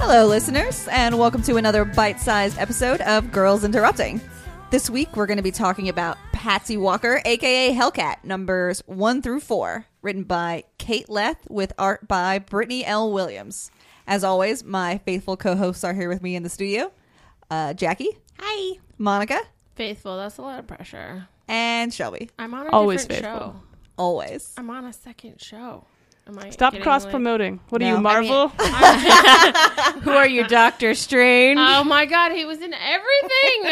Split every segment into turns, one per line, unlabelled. Hello, listeners, and welcome to another bite sized episode of Girls Interrupting. This week, we're going to be talking about Patsy Walker, aka Hellcat, numbers one through four, written by Kate Leth with art by Brittany L. Williams. As always, my faithful co hosts are here with me in the studio uh, Jackie. Hi. Monica
Faithful, that's a lot of pressure.
and Shelby.
I'm on a
Always
different
faithful.
show.
Always.
I'm on a second show. Am I
Stop
getting,
cross promoting. What
No.
are
I
you,
mean-
Marvel?
Who are you, Doctor Strange?
Like, oh my god, he was in everything.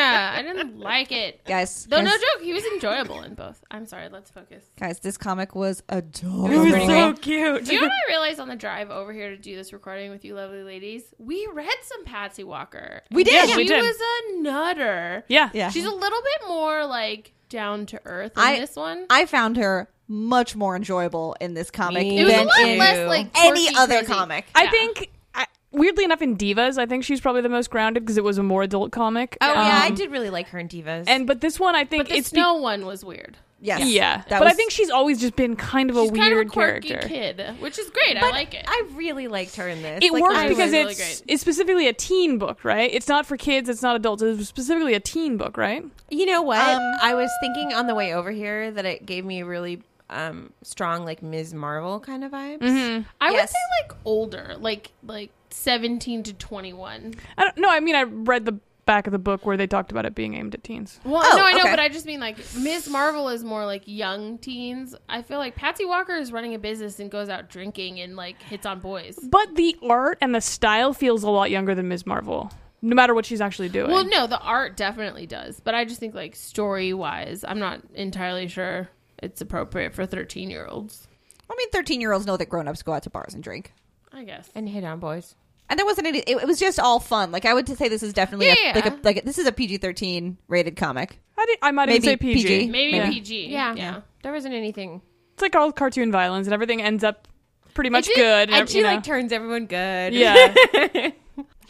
I didn't like it.
Guys,
Though
guys,
no joke, he was enjoyable in both. I'm sorry, let's focus.
guys, this comic was adorable.
It was pretty great.
cute.
Do you know what I realized on the drive over here to do this recording with you lovely ladies? We read some Patsy Walker.
We did.
She
we did.
was a nutter.
yeah.
Yeah.
She's a little bit more like down to earth in
I-
this one.
I found her much more enjoyable in this comic
Me
it was a
than
lot
in
less like
any
quirky,
other
crazy.
comic.
I
Yeah.
think, I, weirdly enough, in Divas, I think she's probably the most grounded because it was a more adult comic.
Oh yeah, I
Um,
did really like her in Divas.
And but this one, I think
But the
it's be-
snow one was weird.
Yes.
yeah.
That
But I
was-
think she's always just been kind of a
She's
weird
kind of a quirky
character.
kid, which is great. I like it.
I really liked her in this.
It
Like,
works
I
I
was
because
really
it's
great.
it's specifically a teen book, right? It's not for kids, it's not adults. It's specifically a teen book, right?
you know what?
Um,
I was thinking on the way over here that it gave me a really um, strong like Ms. Marvel kind of vibes.
I
Yes.
would say like older, like like seventeen to twenty one.
I don't. No, I mean I read the back of the book where they talked about it being aimed at teens.
Well,
Oh,
no, I know,
okay.
but I just mean like Ms. Marvel is more like young teens. I feel like Patsy Walker is running a business and goes out drinking and like hits on boys.
But the art and the style feels a lot younger than Ms. Marvel, no matter what she's actually doing.
Well, no, the art definitely does, but I just think like story wise, I'm not entirely sure it's appropriate for thirteen year olds.
I mean, thirteen-year-olds know that grown-ups go out to bars and drink,
I guess.
And hit on boys.
and there wasn't any. It, it was just all fun. Like I would say, this is definitely a,
Yeah,
like a
yeah.
like a, this is a PG-13 rated comic.
I, did, I might even
Maybe
say PG.
PG.
Maybe
Maybe.
PG.
Yeah, There wasn't anything.
It's like all cartoon violence, and everything ends up pretty much
It did-
good.
And
and,
she
you
like
know.
turns everyone good.
yeah,
It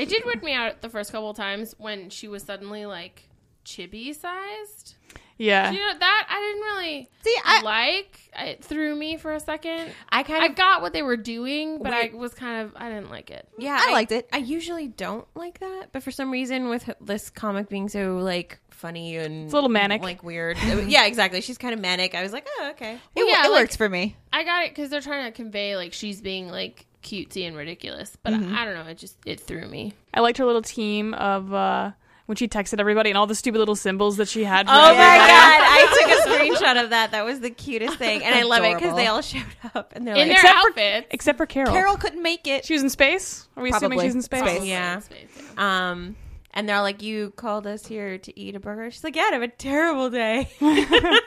did weird me out the first couple of times when she was suddenly like chibi sized. You
yeah.
know that I didn't really
See, I-
like. It threw me for a second.
I kind
I
of
got what they were doing, but
Wait.
I was kind of I didn't like it.
Yeah,
I liked it.
I usually don't like that, but for some reason, with her- this comic being so like funny and
It's a little manic.
like weird. yeah, exactly. She's kind of manic. I was like, oh, okay.
It,
yeah,
it
like-
works for me.
I got it because they're trying to convey like she's being like cutesy and ridiculous, but I, I don't know. It just it threw me.
I liked her little team of uh, when she texted everybody and all the stupid little symbols that she had. For
Oh my
everybody.
god! I took a screenshot of that. That was the cutest thing, and I love it
Adorable.
because they all showed up and they're
In
like,
their
for-
outfits,
Except for Carol.
Carol couldn't make it.
she was in space. Are we assuming
Probably.
she's in space?
Space.
yeah.
Space, Oh, yeah.
um, and they're all like, you called us here to eat a burger. She's like, yeah, I have a terrible day.
and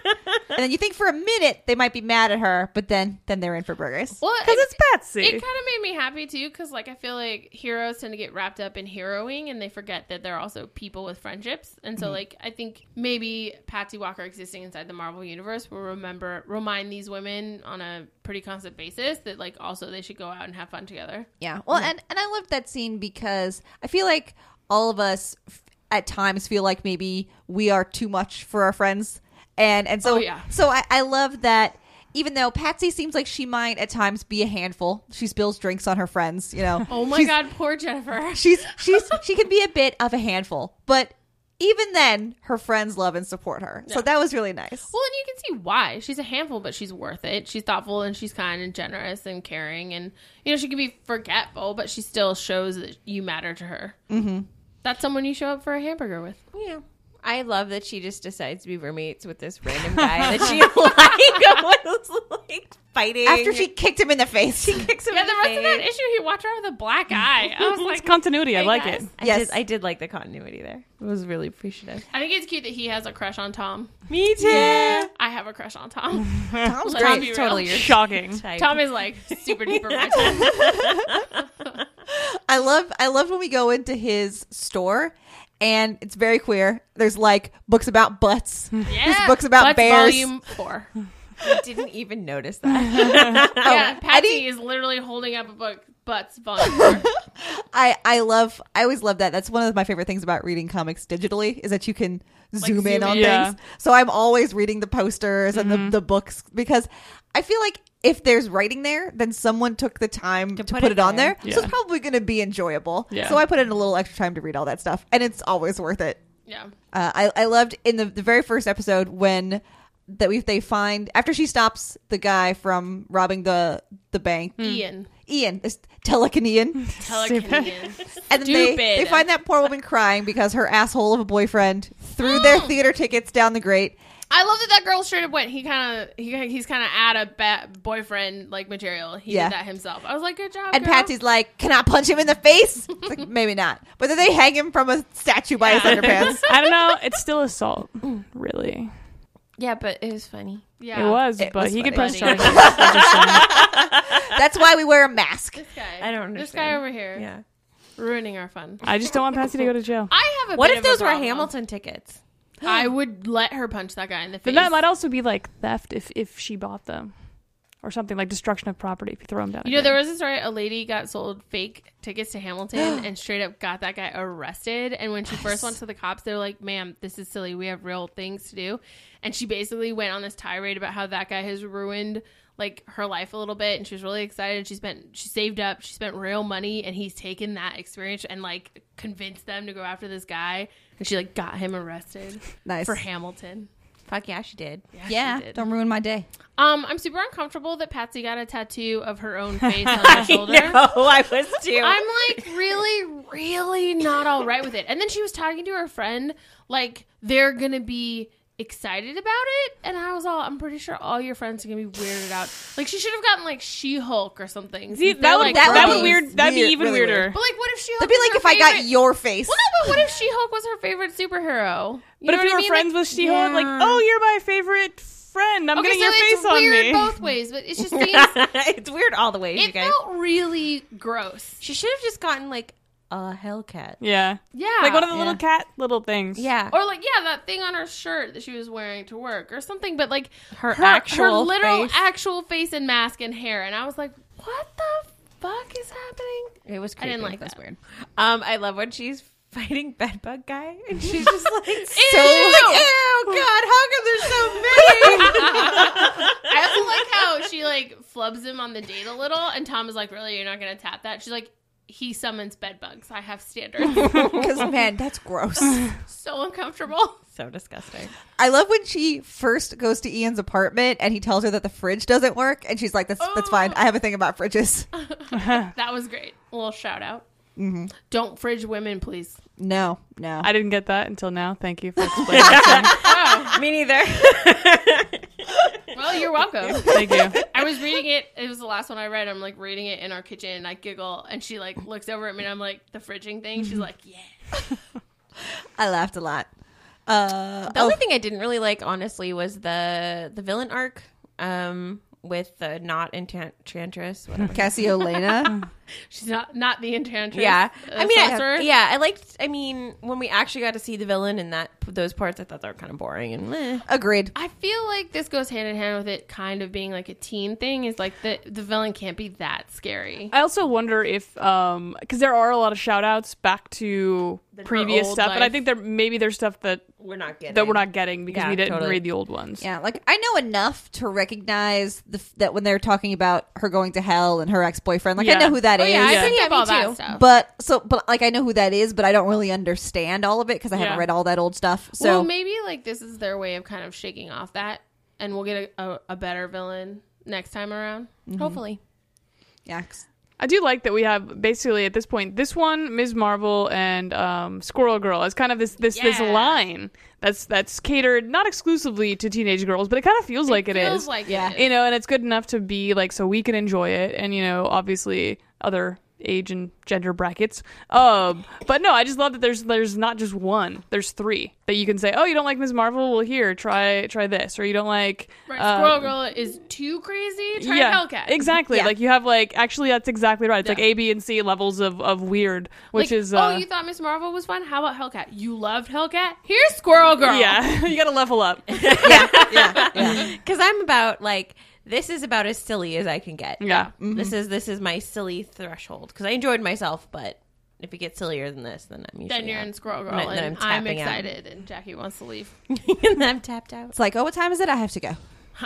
then you think for a minute they might be mad at her, but then then they're in for burgers.
Well,
Because
it-
it's Patsy.
It kind of made me happy too, because like I feel like heroes tend to get wrapped up in heroing, and they forget that they're also people with friendships. And so, like I think maybe Patsy Walker existing inside the Marvel universe will remember remind these women on a pretty constant basis that like also they should go out and have fun together.
Yeah. Well, and and I loved that scene because I feel like all of us f- at times feel like maybe we are too much for our friends, and and so
Oh, yeah.
so I, I love that. Even though Patsy seems like she might at times be a handful, she spills drinks on her friends. You know.
Oh my
She's-
god, poor Jennifer.
She's she's she can be a bit of a handful, but even then, her friends love and support her. So that was really nice.
Well, and you can see why. She's a handful, but she's worth it. She's thoughtful and she's kind and generous and caring. And, you know, she can be forgetful, but she still shows that you matter to her. Mm-hmm. That's someone you show up for a hamburger with.
yeah. I love that she just decides to be roommates with this random guy that she like was like fighting
After she kicked him in the face,
kicks him
Yeah,
in
the rest of that
face.
issue, he walked her with a black eye. I was
it's
like,
continuity. I
hey,
like
guys.
it.
I
Yes.
did, I did like the continuity there. It was really appreciative.
I think it's cute that he has a crush on Tom.
Me too.
I have a crush on Tom.
Tom's
Let's
great.
be real.
Totally your
Shocking.
type.
Tom is like super duper my type.
I love I love when we go into his store and it's very queer. There's like books about butts.
Yeah.
book's about
Butts
bears. Oh.
Volume four.
I didn't even notice that.
yeah,
didn't-
Patsy is literally holding up a book. Butts volume four.
I I love I always love that. That's one of my favorite things about reading comics digitally is that you can zoom in
zoom
on
in. Yeah.
things. So I'm always reading the posters and the, the books because I feel like if there's writing there, then someone took the time to, put,
put
it,
it
on there.
there.
So
Yeah.
it's probably going to be enjoyable.
Yeah.
So I put in a little extra time to read all that stuff, and it's always worth it.
Yeah.
Uh, I, I loved in the, the very first episode when that we they find after she stops the guy from robbing the the bank.
Ian.
Ian, this Telecanian,
Telecanian.
and then they, they
Stupid.
find that poor woman crying because her asshole of a boyfriend threw their
Hmm.
theater tickets down the grate.
I love that that girl straight up went. He kind of he, he's kind of at a ba- boyfriend like material. He
Yeah.
did that himself. I was like, good job.
And
girl.
Patsy's like, "Can I punch him in the face?" It's like, maybe not. But then they hang him from a statue by his underpants.
I don't know. It's still assault, really.
Yeah, but it was funny.
yeah,
It was,
It
but
was
he could
funny.
punch Johnny. That's interesting.
That's why we wear a mask.
This guy,
I don't
This guy
understand.
over here,
Yeah.
ruining our fun.
I just don't want Patsy to go to jail.
I have a.
What
bit
if
of a
those were
problem.
Hamilton tickets?
I would let her punch that guy in the face.
But that might also be like theft if if she bought them, or something like destruction of property if you throw them down. a
you know, there
drain.
was a story. A lady got sold fake tickets to Hamilton and straight up got that guy arrested. And when she first went to the cops, they were like, "Ma'am, this is silly. We have real things to do." And she basically went on this tirade about how that guy has ruined like her life a little bit, and she was really excited. She spent, she saved up, she spent real money, and he's taken that experience and like convinced them to go after this guy. And she like got him arrested
Nice.
for Hamilton.
Fuck yeah, she did.
she did.
don't ruin my day.
Um, I'm super uncomfortable that Patsy got a tattoo of her own face on her shoulder.
Oh, I was too.
I'm like really, really not all right with it. And then she was talking to her friend, like they're gonna be excited about it. And I was all, I'm pretty sure all your friends are gonna be weirded out. Like she should have gotten like She Hulk or something.
See,
since
that
they're,
would
like,
that,
that
would
would
buddies.
be
weird. That'd
weird-
be even
really
weirder.
weird.
But like, what if She Hulk?
That'd be
was
like
her
if I got
favorite-
your face.
Well, no, but what if She Hulk was her favorite superhero?
But if
know
you
what I
were
mean?
friends
Like-
with She Hulk, like,
Yeah.
oh, you're my favorite friend. I'm
Okay,
getting
so
your
it's
face on
weird
me.
both ways, but it's just being,
it's weird all the ways, you
it
guys.
felt really gross.
she should have just gotten like a Hellcat.
Yeah.
Yeah,
Like one of the
Yeah.
little cat little things.
Yeah.
or like yeah that thing on her shirt that she was wearing to work or something but like
Her actual
literal
face.
actual face and mask and hair and i was like what the fuck is happening
It
I
was creepy.
didn't like
That's
that.
weird. Um, I love when she's fighting bedbug guy and she's just like
So like,
Oh god, how come there's so many?
i also like how she like flubs him on the date a little and tom is like really you're not gonna tap that she's like he summons bed bugs i have standards
because man, that's gross.
so uncomfortable
so disgusting.
I love when she first goes to Ian's apartment and he tells her that the fridge doesn't work, and she's like, "That's that's fine. I have a thing about fridges."
that was great a little shout out
Mm-hmm.
don't fridge women please
No, no.
I didn't get that until now. Thank you for explaining. that
oh,
Me neither.
well you're welcome
to me. Thank you.
I was reading it. It was the last one I read. I'm like reading it in our kitchen, and I giggle, and she like looks over at me, and I'm like the fridging thing.
Mm-hmm.
She's like, yeah.
I laughed a lot. Uh,
The only thing I didn't really like, honestly, was the the villain arc um, with the not enchantress.
um,
Whatever.
Cassiolena.
She's not not the enchantress.
Yeah,
uh,
I mean,
sorcerer.
I, yeah, I liked. I mean, when we actually got to see the villain in that those parts, I thought they were kind of boring and meh.
Agreed.
I feel like this goes hand in hand with it kind of being like a teen thing. Is like the the villain can't be that scary.
I also wonder if, um, because there are a lot of shout outs back to previous
old
stuff, but I
life.
think there maybe there's stuff that
We're not getting
that we're not getting because
Yeah,
we didn't
totally.
read the old ones.
Yeah, like I know enough to recognize the, f- that when they're talking about her going to hell and her ex boyfriend, like I
Yeah.
know who that
oh
is.
yeah, I
Yeah.
picked up
Yeah,
all
me
that
too.
stuff.
But so, but like I know who that is, but I don't really understand all of it because I haven't
Yeah.
read all that old stuff. So
well, maybe like this is their way of kind of shaking off that, and we'll get a, a, a better villain next time around.
Hopefully,
yeah, 'cause-
I do like that we have basically at this point this one, Ms. Marvel, and um, Squirrel Girl as kind of this this this
Yeah.
line that's that's catered not exclusively to teenage girls, but it kind of feels like it
Feels
is.
like
Yeah.
it.
you know, and it's good enough to be like so we can enjoy it, and you know, obviously other age and gender brackets. Um, but no, I just love that there's there's not just one, there's three that you can say, oh, you don't like Ms. Marvel? Well, here, try try this, or you don't like
Right,
Uh,
um,
Squirrel Girl is too crazy. Try Hellcat.
Exactly.
Yeah.
Like you have like actually that's exactly right. It's like
Yeah.
A, B, and C levels of, of weird,
Like,
which is uh,
oh, you thought Miss Marvel was fun? How about Hellcat? You loved Hellcat. Here's Squirrel Girl.
yeah. you gotta level up.
yeah, yeah, yeah.
because I'm about like this is about as silly as I can get.
Yeah.
This is this is my silly threshold because I enjoyed myself, but if it gets sillier than this, then I'm usually
Then you're
out.
in Squirrel Girl,
Then I'm
and I'm,
tapping out.
excited, and Jackie wants to leave.
and then I'm tapped out.
It's like, oh, what time is it? I have to go.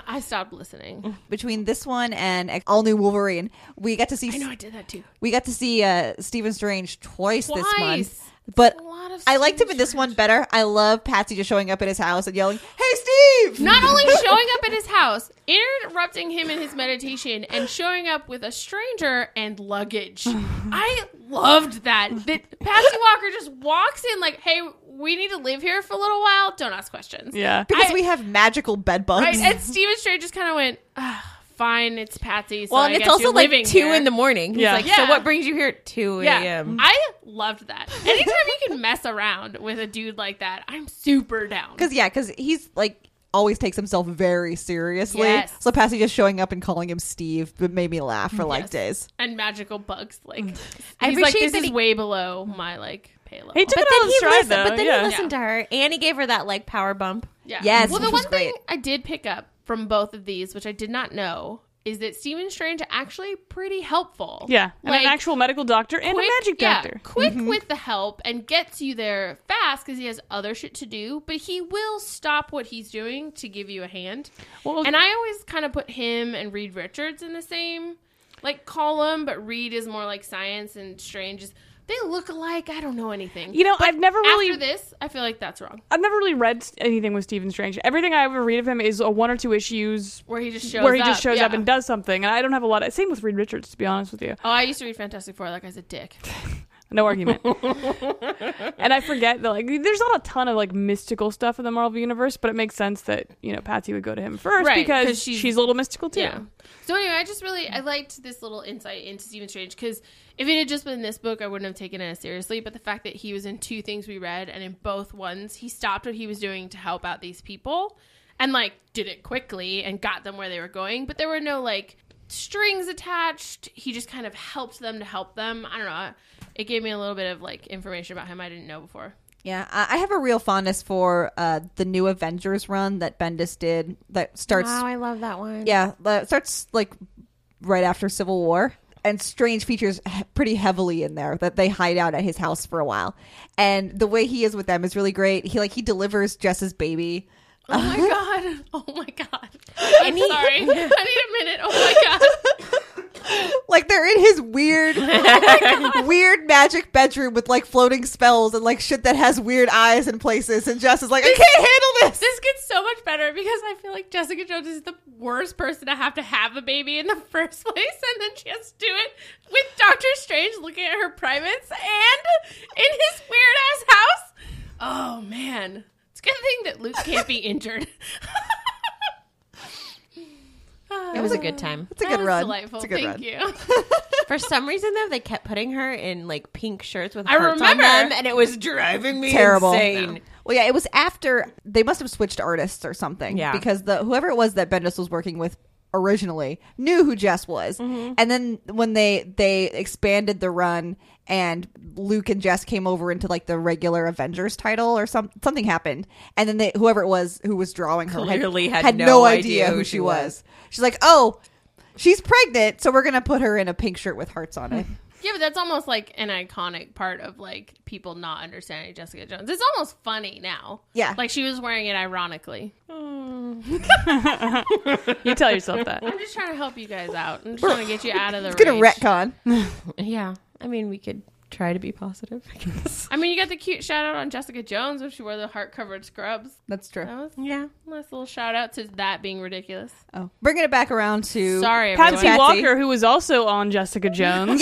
I stopped listening.
Between this one and all new Wolverine, we got to see
I know I did that too.
we got to see uh, Stephen Strange twice, this
Twice.
month. But
A lot of
I liked him in this one better. I love Patsy just showing up at his house and yelling, "Hey, Steve!"
Not only showing up at his house, interrupting him in his meditation, and showing up with a stranger and luggage. I loved that. That Patsy Walker just walks in like, "Hey, we need to live here for a little while. Don't ask questions."
Yeah.
because
I-
we have magical bed bugs.
Right? And Steven Strange just kind of went, "Ah, "Fine, it's Patsy." So
well,
I
and it's
guess
also
you're
like
living
two
here."
in the morning. He's
Yeah.
like,
Yeah.
so what brings you here at two
Yeah,
a.m.?
I loved that. Anytime you can mess around with a dude like that, I'm super down.
Because yeah, because he's like always takes himself very seriously.
Yes.
So Patsy just showing up and calling him Steve but made me laugh for like
Yes.
days.
and magical bugs. Like
Mm.
he's
I
like,
appreciate
this
that
is
e-
he-
way below my like pay level.
He took
But
it all
then,
in
he
stride,
listened,
though.
but then
yeah.
he listened to her, and he gave her that like power bump.
yeah.
Yes,
Well, the
which
one
was
thing
great.
I did pick up from both of these, which I did not know, is that Stephen Strange actually pretty helpful.
Yeah, and
Like,
an actual medical doctor and
quick-
a magic
yeah,
doctor. Mm-hmm.
quick with the help and gets you there fast because he has other shit to do, but he will stop what he's doing to give you a hand.
Well,
And I always kind of put him and Reed Richards in the same like column, but Reed is more like science and Strange is they look alike. I don't know anything.
you know, I've never really,
After this, I feel like that's wrong.
I've never really read anything with Stephen Strange. Everything I ever read of him is a one or two issues
Where he just shows
where he just shows up
yeah.
and does something. And I don't have a lot. Of, same with Reed Richards, to be honest with you.
Oh, I used to read Fantastic Four. That guy's a dick.
No argument. and I forget that like there's not a ton of like mystical stuff in the Marvel universe, but it makes sense that you know Patsy would go to him first
Right, 'cause
because
she's-
she's, a little mystical too.
Yeah. So anyway, I just really I liked this little insight into Stephen Strange because if it had just been this book, I wouldn't have taken it as seriously. But the fact that he was in two things we read, and in both ones, he stopped what he was doing to help out these people, and like did it quickly and got them where they were going. But there were no like strings attached. He just kind of helped them to help them. I don't know. It gave me a little bit of like information about him I didn't know before.
Yeah, I I have a real fondness for uh, the new Avengers run that Bendis did that starts.
I love that one.
Yeah, that starts like right after Civil War. And Strange features he- pretty heavily in there that they hide out at his house for a while, and the way he is with them is really great. He like he delivers Jess's baby.
Oh my god! Oh my god! I'm sorry. I need a minute. Oh my god!
like they're in his weird weird magic bedroom with like floating spells and like shit that has weird eyes in places and Jess is like I can't handle this
This gets so much better because I feel like Jessica Jones is the worst person to have to have a baby in the first place, and then she has to do it with Doctor Strange looking at her privates and in his weird ass house. Oh man, it's a good thing that Luke can't be injured.
It was a good time.
it's a good
was
run
Delightful.
it's a good
Thank
run
you.
For some reason, though, they kept putting her in like pink shirts with
I
hearts
remember.
on them, and it was driving me
terrible
insane.
well yeah it was after they must have switched artists or something
Yeah.
because the whoever it was that Bendis was working with originally knew who Jess was and then when they they expanded the run and Luke and Jess came over into like the regular Avengers title or some, something happened and then they whoever it was who was drawing her had-
Clearly
had,
had
no,
no
idea, who she was. she's like oh she's pregnant so we're gonna put her in a pink shirt with hearts on it
Yeah, but that's almost like an iconic part of like people not understanding Jessica Jones. It's almost funny now.
Yeah.
Like she was wearing it ironically.
You tell yourself that.
I'm just trying to help you guys out. I'm just trying to get you out of the
it's gonna
rage.
retcon
Yeah, I mean, we could try to be positive. I guess.
I mean, you got the cute shout out on Jessica Jones when she wore the heart covered scrubs.
that's true
That was a
yeah,
nice little shout out to that being ridiculous.
oh bringing it back around to
Sorry, everyone.
Patsy Walker, who was also on Jessica Jones.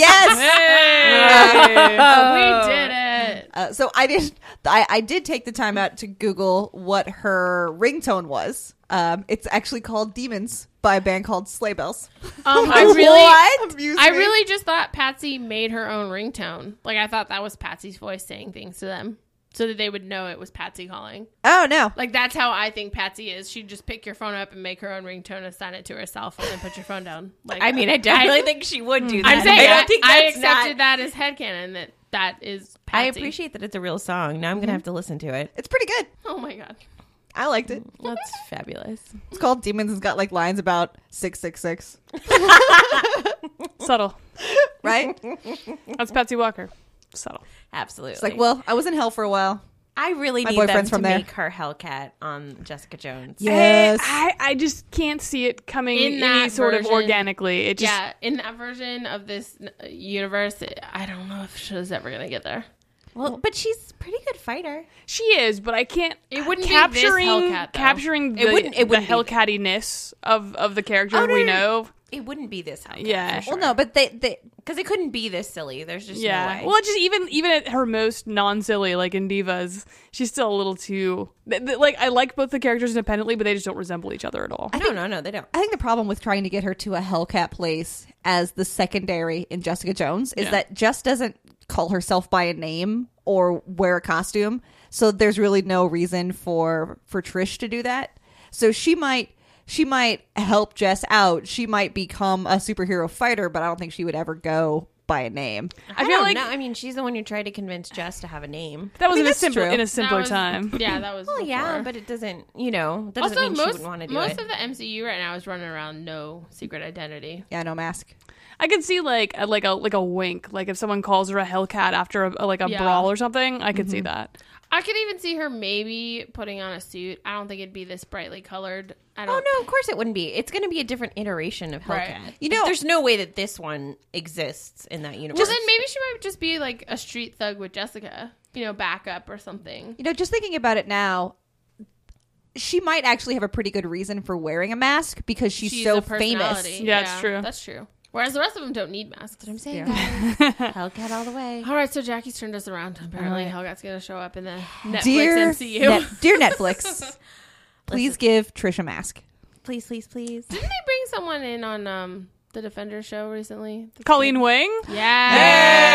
yes
we did it.
Uh, so I did. I, I did take the time out to Google what her ringtone was. Um, it's actually called "Demons" by a band called Sleigh Bells.
Oh
Um, I really,
What? Amuse
I
me.
really just thought Patsy made her own ringtone. Like I thought that was Patsy's voice saying things to them, so that they would know it was Patsy calling.
Oh no!
Like that's how I think Patsy is. She'd just pick your phone up and make her own ringtone, assign it to herself, and then put your phone down. Like
I mean, I definitely think she would do that.
Hmm. I'm saying I,
I don't think
I
that's
accepted
not-
that as headcanon that that is. Patsy. Mhm.
I appreciate that it's a real song. Now I'm gonna have to listen to it.
It's pretty good.
Oh my god.
I liked it.
That's fabulous.
It's called "Demons." It's got like lines about six six six,
Subtle.
right?
That's Patsy Walker. Subtle.
Absolutely.
It's like, well, I was in hell for a while.
I really
My
need them
boyfriend's
to
from there.
make her Hellcat on Jessica Jones.
Yes.
I, I, I just can't see it coming
In
any
that
sort of
version.
organically. It just
yeah, in that version of this uh, universe, I don't know if she's ever gonna get there.
Well, but she's a pretty good fighter.
she is, but I can't.
It wouldn't be this
capturing
Hellcat, though.
capturing the,
wouldn't- it wouldn't
the
be this.
Hellcatiness of of the character
Oh, no,
we
no, no.
know.
It wouldn't be this Hellcat.
Yeah.
for sure.
Well, no, but they they
because it couldn't be this silly. There's just
Yeah.
no way.
Well, just even even at her most non silly, like in Divas, she's still a little too. th- th- Like I like both the characters independently, but they just don't resemble each other at all.
no, no, no, they don't.
I think the problem with trying to get her to a Hellcat place as the secondary in Jessica Jones is that Jess doesn't call herself by a name or wear a costume. So there's really no reason for for Trish to do that. So she might she might help Jess out. She might become a superhero fighter, but I don't think she would ever go by a name.
I,
I
feel
don't
like
know. I mean, she's the one who tried to convince Jess to have a name.
that was
mean,
in a
that's
simpler
true.
in a
That
simpler
That was-
time.
Yeah, that was.
Well, yeah,
before.
but it doesn't. You know, that doesn't
also
mean she
most
would want to do
most
it.
of the MCU right now is running around no secret identity.
Yeah, no mask.
I could see like a, like a like a wink, like if someone calls her a Hellcat after a, like a
Yeah. Mm-hmm.
brawl or something, I could see that.
I could even see her maybe putting on a suit. I don't think it'd be this brightly colored. I don't.
Oh no! Of course it wouldn't be. It's going to be a different iteration of
Right.
Hellcat.
You know-
there's no way that this one exists in that universe.
Well, then maybe she might just be like a street thug with Jessica. You know, backup or something.
You know, just thinking about it now, she might actually have a pretty good reason for wearing a mask because she's, so
a
famous.
personality.
Yeah, it's true.
That's true. Whereas the rest of them don't need masks.
I'm saying guys. Hellcat all the way.
All right, so Jackie's turned us around. Apparently, Helgat's gonna show up in the Netflix
dear,
MCU.
Net- dear Netflix, please give Trish a mask.
Please, please, please.
Didn't they bring someone in on um the Defender show recently?
Colleen Wing,
Yeah.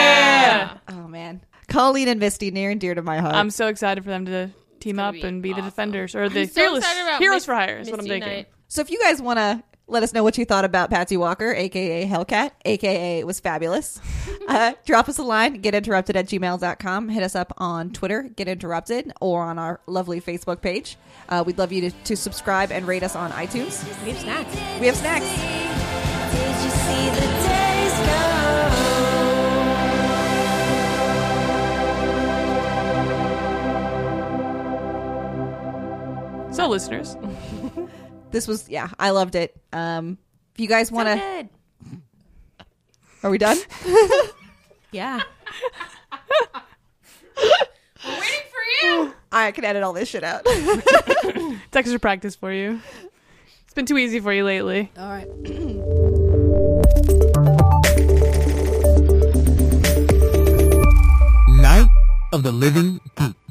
Oh man, Colleen and Misty, near and dear to my heart.
I'm so excited for them to team
gonna
up
be
and be the
awesome.
defenders or the
I'm so
fearless
excited about
heroes
Miss-
for hire. Is what I'm
Misty
thinking.
Knight.
so if you guys want to let us know what you thought about Patsy Walker, aka Hellcat, aka was fabulous, uh, drop us a line. Get interrupted at gmail.com. Hit us up on Twitter, get interrupted, or on our lovely Facebook page. Uh, we'd love you to, to subscribe and rate us on iTunes.
We have snacks.
We have snacks.
Did you see the days go?
So, listeners,
This was yeah, I loved it. Um, if you guys want to,
Good.
are we done?
Yeah.
We're waiting for you.
I can edit all this shit out.
it's extra practice for you. It's been too easy for you lately.
all right.
Night of the Living Geek.